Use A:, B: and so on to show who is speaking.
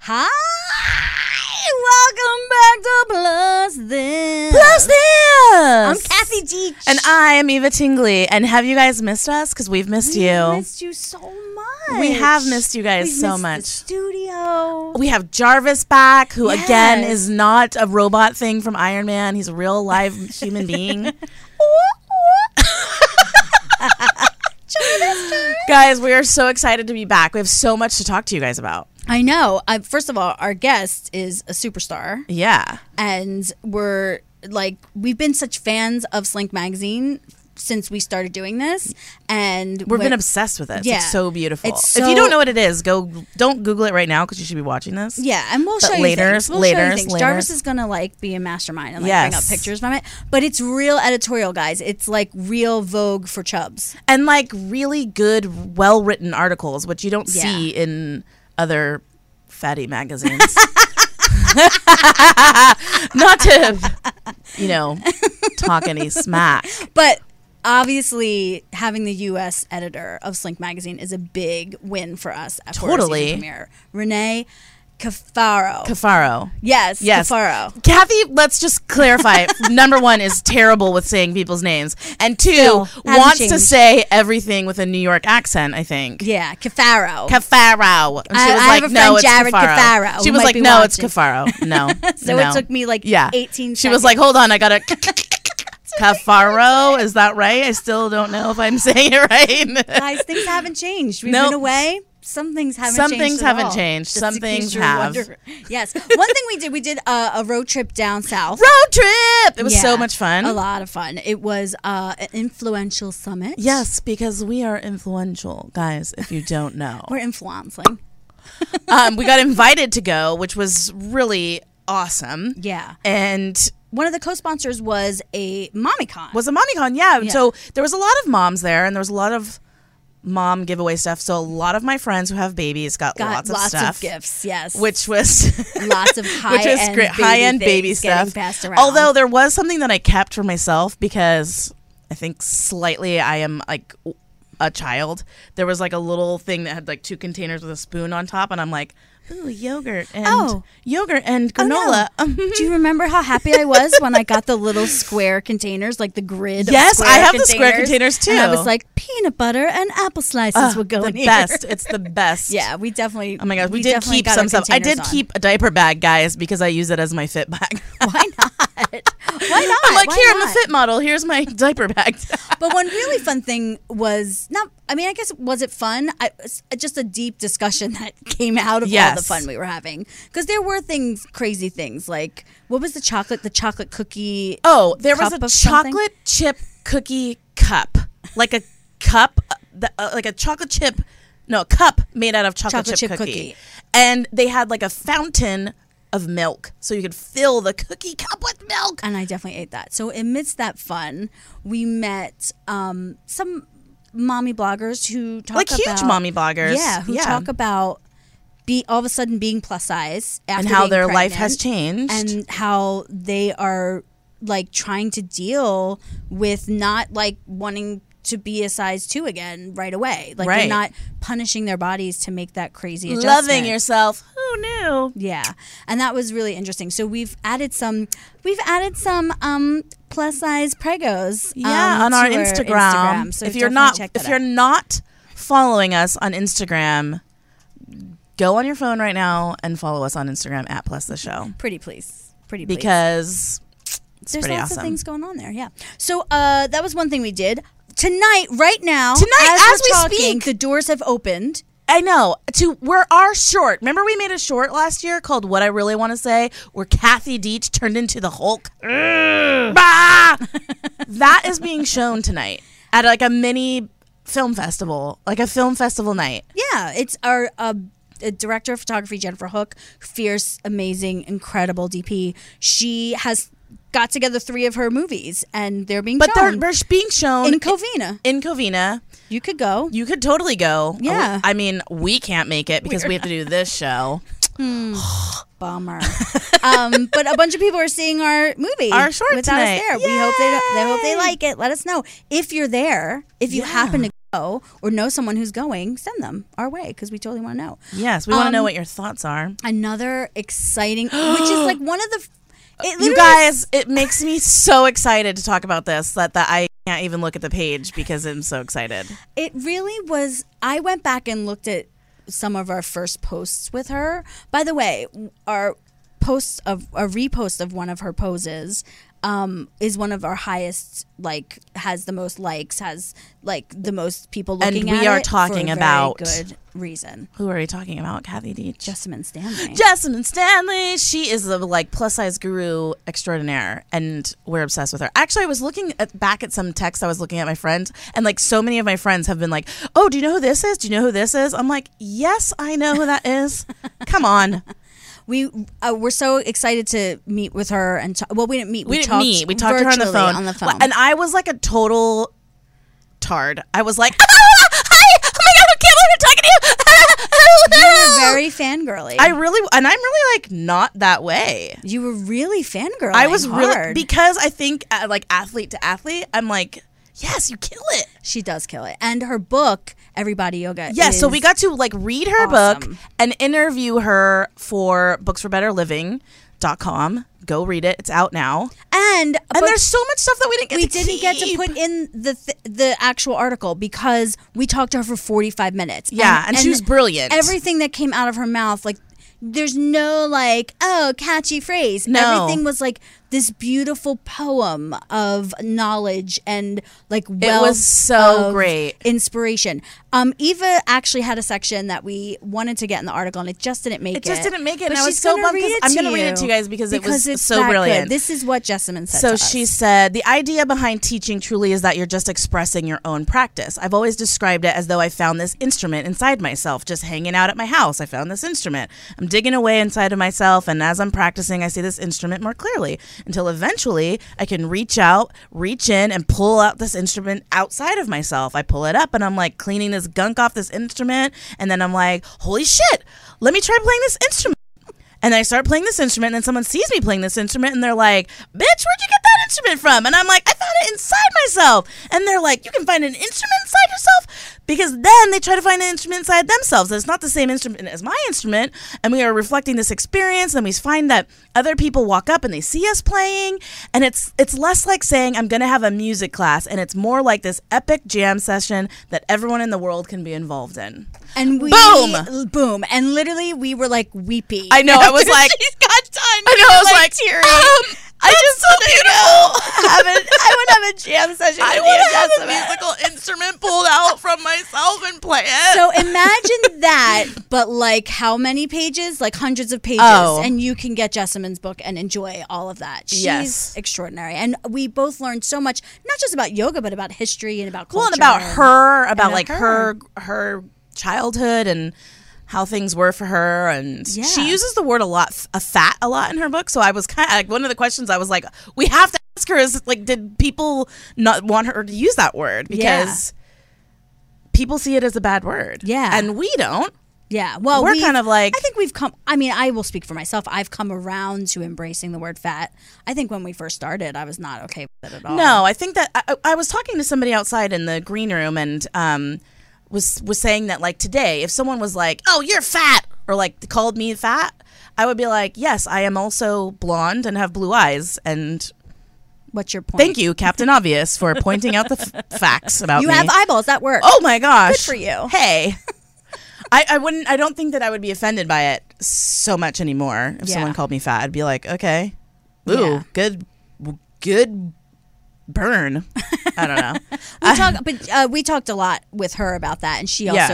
A: Hi, welcome back to Plus This.
B: Plus this.
A: I'm Cassie G.
B: And I am Eva Tingley. And have you guys missed us? Because we've missed you.
A: We missed you so much.
B: We have missed you guys
A: We've
B: so
A: missed the
B: much.
A: studio.
B: we have Jarvis back, who again
A: Yes.
B: is not a robot thing from Iron Man. He's a real live human being. guys, we are so excited to be back. We have so much to talk to you guys about.
A: I know. Uh, first of all, our guest is a superstar,
B: Yeah.
A: and we're like we've been such fans of Slink Magazine since we started doing this, and
B: We've been
A: when-
B: obsessed with it. It's,
A: Yeah.
B: like, so beautiful.
A: It's
B: if you don't
A: so-
B: know what it is, go don't Google it right now because you should be watching this.
A: Yeah, and we'll
B: But
A: show you
B: laters,
A: things. We'll show you
B: laters,
A: things.
B: laters.
A: Jarvis is gonna like be a mastermind and like bring up
B: Yes.
A: pictures from it. But it's real editorial, guys. It's like real Vogue for Chubs.
B: and like really good, well written articles, which you don't
A: Yeah.
B: see in other fatty magazines. Not to, you know, talk any smack.
A: But obviously, having the U.S. editor of Slink Magazine is a big win for us. At for our
B: Totally.
A: season premiere. Renee Cafaro.
B: Cafaro.
A: yes,
B: Yes.
A: Cafaro.
B: Kathy, let's just clarify. Number one is terrible with saying people's names, and two
A: Still, hasn't
B: wants to
A: changed.
B: say everything with a New York accent. I think.
A: Yeah, Cafaro.
B: Cafaro. And
A: I- I have a friend, Jared Cafaro, who
B: She was
A: might
B: like,
A: be
B: no, it's
A: watching."
B: Cafaro. No.
A: so
B: no.
A: it took me like
B: yeah.
A: 18
B: She was like, hold on, I got to. Cafaro, is that right? I still don't know if I'm saying it right.
A: guys, things haven't changed. We've
B: Nope.
A: been away. Some things haven't
B: Some
A: changed.
B: things
A: at
B: haven't
A: all.
B: changed.
A: Just
B: Some
A: in case
B: things
A: you're
B: have.
A: wondering. Yes. One thing we did, we did uh, a road trip down south.
B: Road trip. It was
A: Yeah.
B: so much fun.
A: A lot of fun. It was uh, an influential summit.
B: Yes, because we are influential, guys, if you don't know.
A: We're influencing.
B: um, we got invited to go, which was really awesome.
A: Yeah.
B: And
A: One of the co-sponsors was a MommyCon.
B: was a MommyCon, yeah.
A: Yeah.
B: So there was a lot of moms there, and there was a lot of mom giveaway stuff. So a lot of my friends who have babies got,
A: Got
B: lots,
A: lots,
B: of stuff,
A: gifts. Yes.
B: which was
A: lots of high
B: which was
A: end
B: great, high end baby stuff.
A: Passed around.
B: Although there was something that I kept for myself because I think slightly I am like a child. There was like a little thing that had like two containers with a spoon on top, and I'm like, ooh, yogurt and
A: Oh.
B: yogurt and
A: Oh, no.
B: granola.
A: Do you remember how happy I was when I got the little square containers, like the grid? of
B: Yes, I
A: square
B: have the square containers,
A: And I
B: too.
A: was like, peanut butter and apple slices
B: Ugh,
A: will go
B: the
A: in here.
B: best. It's the best.
A: Yeah, we definitely.
B: Oh my gosh, we, did
A: definitely
B: keep
A: got
B: some
A: our
B: stuff. I did
A: containers on.
B: keep a diaper bag, guys, because I use it as my fit bag.
A: Why not? Why not?
B: I'm like,
A: Why
B: here, I'm a
A: not?"
B: fit model. Here's my diaper bag.
A: But one really fun thing was not. I mean, I guess was it fun? I, it's just a deep discussion that came out of all the
B: Yes.
A: fun we were having because there were things, crazy things like what was the chocolate, the chocolate cookie.
B: Oh, there was
A: Cup
B: a
A: of something?
B: chocolate chip cookie cup, like a cup, uh, the- uh, like a chocolate chip, no, a cup made out of chocolate,
A: Chocolate
B: chip,
A: chip
B: cookie.
A: cookie.
B: and they had like a fountain of milk, so you could fill the cookie cup with milk.
A: and I definitely ate that. So amidst that fun, we met um, some mommy bloggers who talk
B: Like huge
A: about-
B: mommy bloggers.
A: yeah, who
B: Yeah.
A: talk about be all of a sudden being plus size after
B: And how
A: being
B: their life has
A: pregnant
B: changed.
A: and how they are like trying to deal with not like wanting to be a size two again right away. Like they're
B: Right.
A: not punishing their bodies to make that crazy adjustment.
B: Loving yourself. Who knew?
A: Yeah, and that was really interesting. So we've added some, we've added some um plus size pregos.
B: Yeah,
A: um,
B: on our
A: to
B: Instagram.
A: So
B: if you're
A: definitely
B: not
A: check
B: if
A: that
B: you're
A: out.
B: not following us on Instagram, go on your phone right now and follow us on Instagram at plus the show
A: pretty please, pretty please.
B: because
A: there's
B: pretty
A: lots of
B: awesome.
A: things going on there. Yeah. So uh, that was one thing we did tonight. Right now,
B: Tonight, as
A: we're
B: we
A: talking,
B: speak.
A: the doors have opened.
B: I know. To we're our short. Remember we made a short last year called "What I Really Want to Say," where Kathy Deach turned into the Hulk. Bah! that is being shown tonight at like a mini film festival, like a film festival night.
A: Yeah, it's our uh, uh, director of photography, Jennifer Hook, fierce, amazing, incredible DP. She has got together three of her movies, and they're being
B: But they're,
A: shown
B: they're being shown
A: in Covina.
B: in Covina.
A: You could go.
B: You could totally go. Uh,
A: Yeah.
B: I mean, we can't make it because we have to do this show.
A: Bummer. um, but a bunch of people are seeing our movie,
B: Our short
A: without
B: tonight.
A: us there. We hope they they hope they
B: Yay!
A: like it. Let us know if you're there. If you
B: Yeah.
A: happen to go or know someone who's going, send them our way because we totally want to know.
B: Yes, we want to know
A: Um,
B: what your thoughts are.
A: Another exciting, which is like one of the. It
B: You
A: literally-
B: guys, it makes me so excited to talk about this that, that I can't even look at the page because I'm so excited.
A: It really was. I went back and looked at some of our first posts with her. By the way, our posts of a repost of one of her poses um, is one of our highest. Like, has the most likes, has like the most people
B: And
A: looking.
B: we
A: at
B: are
A: it for
B: talking
A: a very
B: about-
A: good reason.
B: Who are we talking about? Kathy D.
A: Jessamine Stanley.
B: Jessamine Stanley. She is the like plus size guru extraordinaire, and we're obsessed with her. Actually, I was looking at, back at some texts I was looking at my friends, and like so many of my friends have been like, "Oh, do you know who this is? Do you know who this is?" I'm like, "Yes, I know who that is. Come on,
A: we uh, we're so excited to meet with her and ta- well, we didn't meet.
B: we,
A: We,
B: didn't
A: talked
B: meet. We talked to her on the
A: virtually
B: phone.
A: On the phone.
B: Well, and I was like a total tard. I was like, "Hi, oh my god, I can't believe I'm talking to you."
A: you were very fangirly.
B: I really and I'm really like not that way.
A: you were really fangirl.
B: I was really
A: hard.
B: because I think uh, like athlete to athlete, I'm like, yes, you kill it.
A: She does kill it. And her book, Everybody Yoga.
B: Yes, so
A: is-
B: we got to like read her book
A: awesome.
B: and interview her for booksforbetterliving.com. Go read it; it's out now.
A: and
B: And
A: but
B: there's so much stuff that we didn't get.
A: we
B: to
A: didn't get to
B: keep.
A: put in the th- the actual article because we talked to her for 45 minutes.
B: Yeah, and she was brilliant.
A: Everything that came out of her mouth like there's no like oh catchy phrase.
B: No.
A: Everything was like this beautiful poem of knowledge and like
B: was
A: wealth
B: so
A: of
B: great.
A: inspiration. Um, Eva actually had a section that we wanted to get in the article and it just didn't make it.
B: It just didn't make it, and
A: But
B: I was
A: she's
B: so
A: gonna
B: bummed
A: read
B: 'cause
A: it
B: I'm gonna read it to you guys because it was so
A: that good.
B: brilliant.
A: This is what Jessamine said.
B: So
A: to
B: she
A: us.
B: said, The idea behind teaching truly is that you're just expressing your own practice. I've always described it as though I found this instrument inside myself, just hanging out at my house. I found this instrument. I'm digging away inside of myself, and as I'm practicing, I see this instrument more clearly until eventually I can reach out, reach in, and pull out this instrument outside of myself. I pull it up, and I'm like cleaning this gunk off this instrument, and then I'm like, Holy shit, let me try playing this instrument. And I start playing this instrument, and then someone sees me playing this instrument, and they're like, Bitch, where'd you get that instrument from? And I'm like, I found it inside myself. And they're like, You can find an instrument inside yourself? Because then they try to find an instrument inside themselves. And it's not the same instrument as my instrument. And we are reflecting this experience, and we find that other people walk up and they see us playing. And it's it's less like saying, I'm gonna have a music class, and it's more like this epic jam session that everyone in the world can be involved in.
A: And we
B: Boom!
A: l- boom, and literally we were like weepy.
B: I know, I was like-
A: she's got done.
B: I know. I was like,
A: teary.
B: Um, I just so beautiful.
A: have an, I would have a jam session.
B: I
A: with
B: want
A: you,
B: to have a
A: Jessamine.
B: musical instrument pulled out from myself and play it.
A: So imagine that, but like how many pages? Like hundreds of pages,
B: Oh.
A: and you can get Jessamine's book and enjoy all of that. She's
B: Yes.
A: extraordinary, and we both learned so much, not just about yoga, but about history and about culture.
B: well, and about her, about
A: about
B: like her. her childhood and how things were for her, and
A: Yeah.
B: she uses the word a lot, f- a fat a lot in her book. So I was kind of like one of the questions I was like, we have to ask her is like, did people not want her to use that word
A: Yeah.
B: because people see it as a bad word,
A: Yeah.
B: and we don't.
A: Yeah. Well,
B: We're
A: we've-
B: kind of like-
A: I think we've come. I mean, I will speak for myself. I've come around to embracing the word fat. I think when we first started, I was not okay with it at all.
B: No, I think that I, I- I was talking to somebody outside in the green room and um, was was saying that like today, if someone was like, "Oh, you're fat," or like called me fat, I would be like, "Yes, I am also blonde and have blue eyes." And
A: What's your point?
B: thank you, Captain Obvious, for pointing out the f- facts about
A: You
B: me.
A: have eyeballs. That works.
B: oh my gosh,
A: for you.
B: Hey. I, I wouldn't I don't think that I would be offended by it so much anymore if
A: Yeah.
B: someone called me fat. I'd be like, okay. Ooh,
A: Yeah.
B: good good burn. I don't know.
A: we talk, but uh, we talked a lot with her about that, and she also
B: Yeah.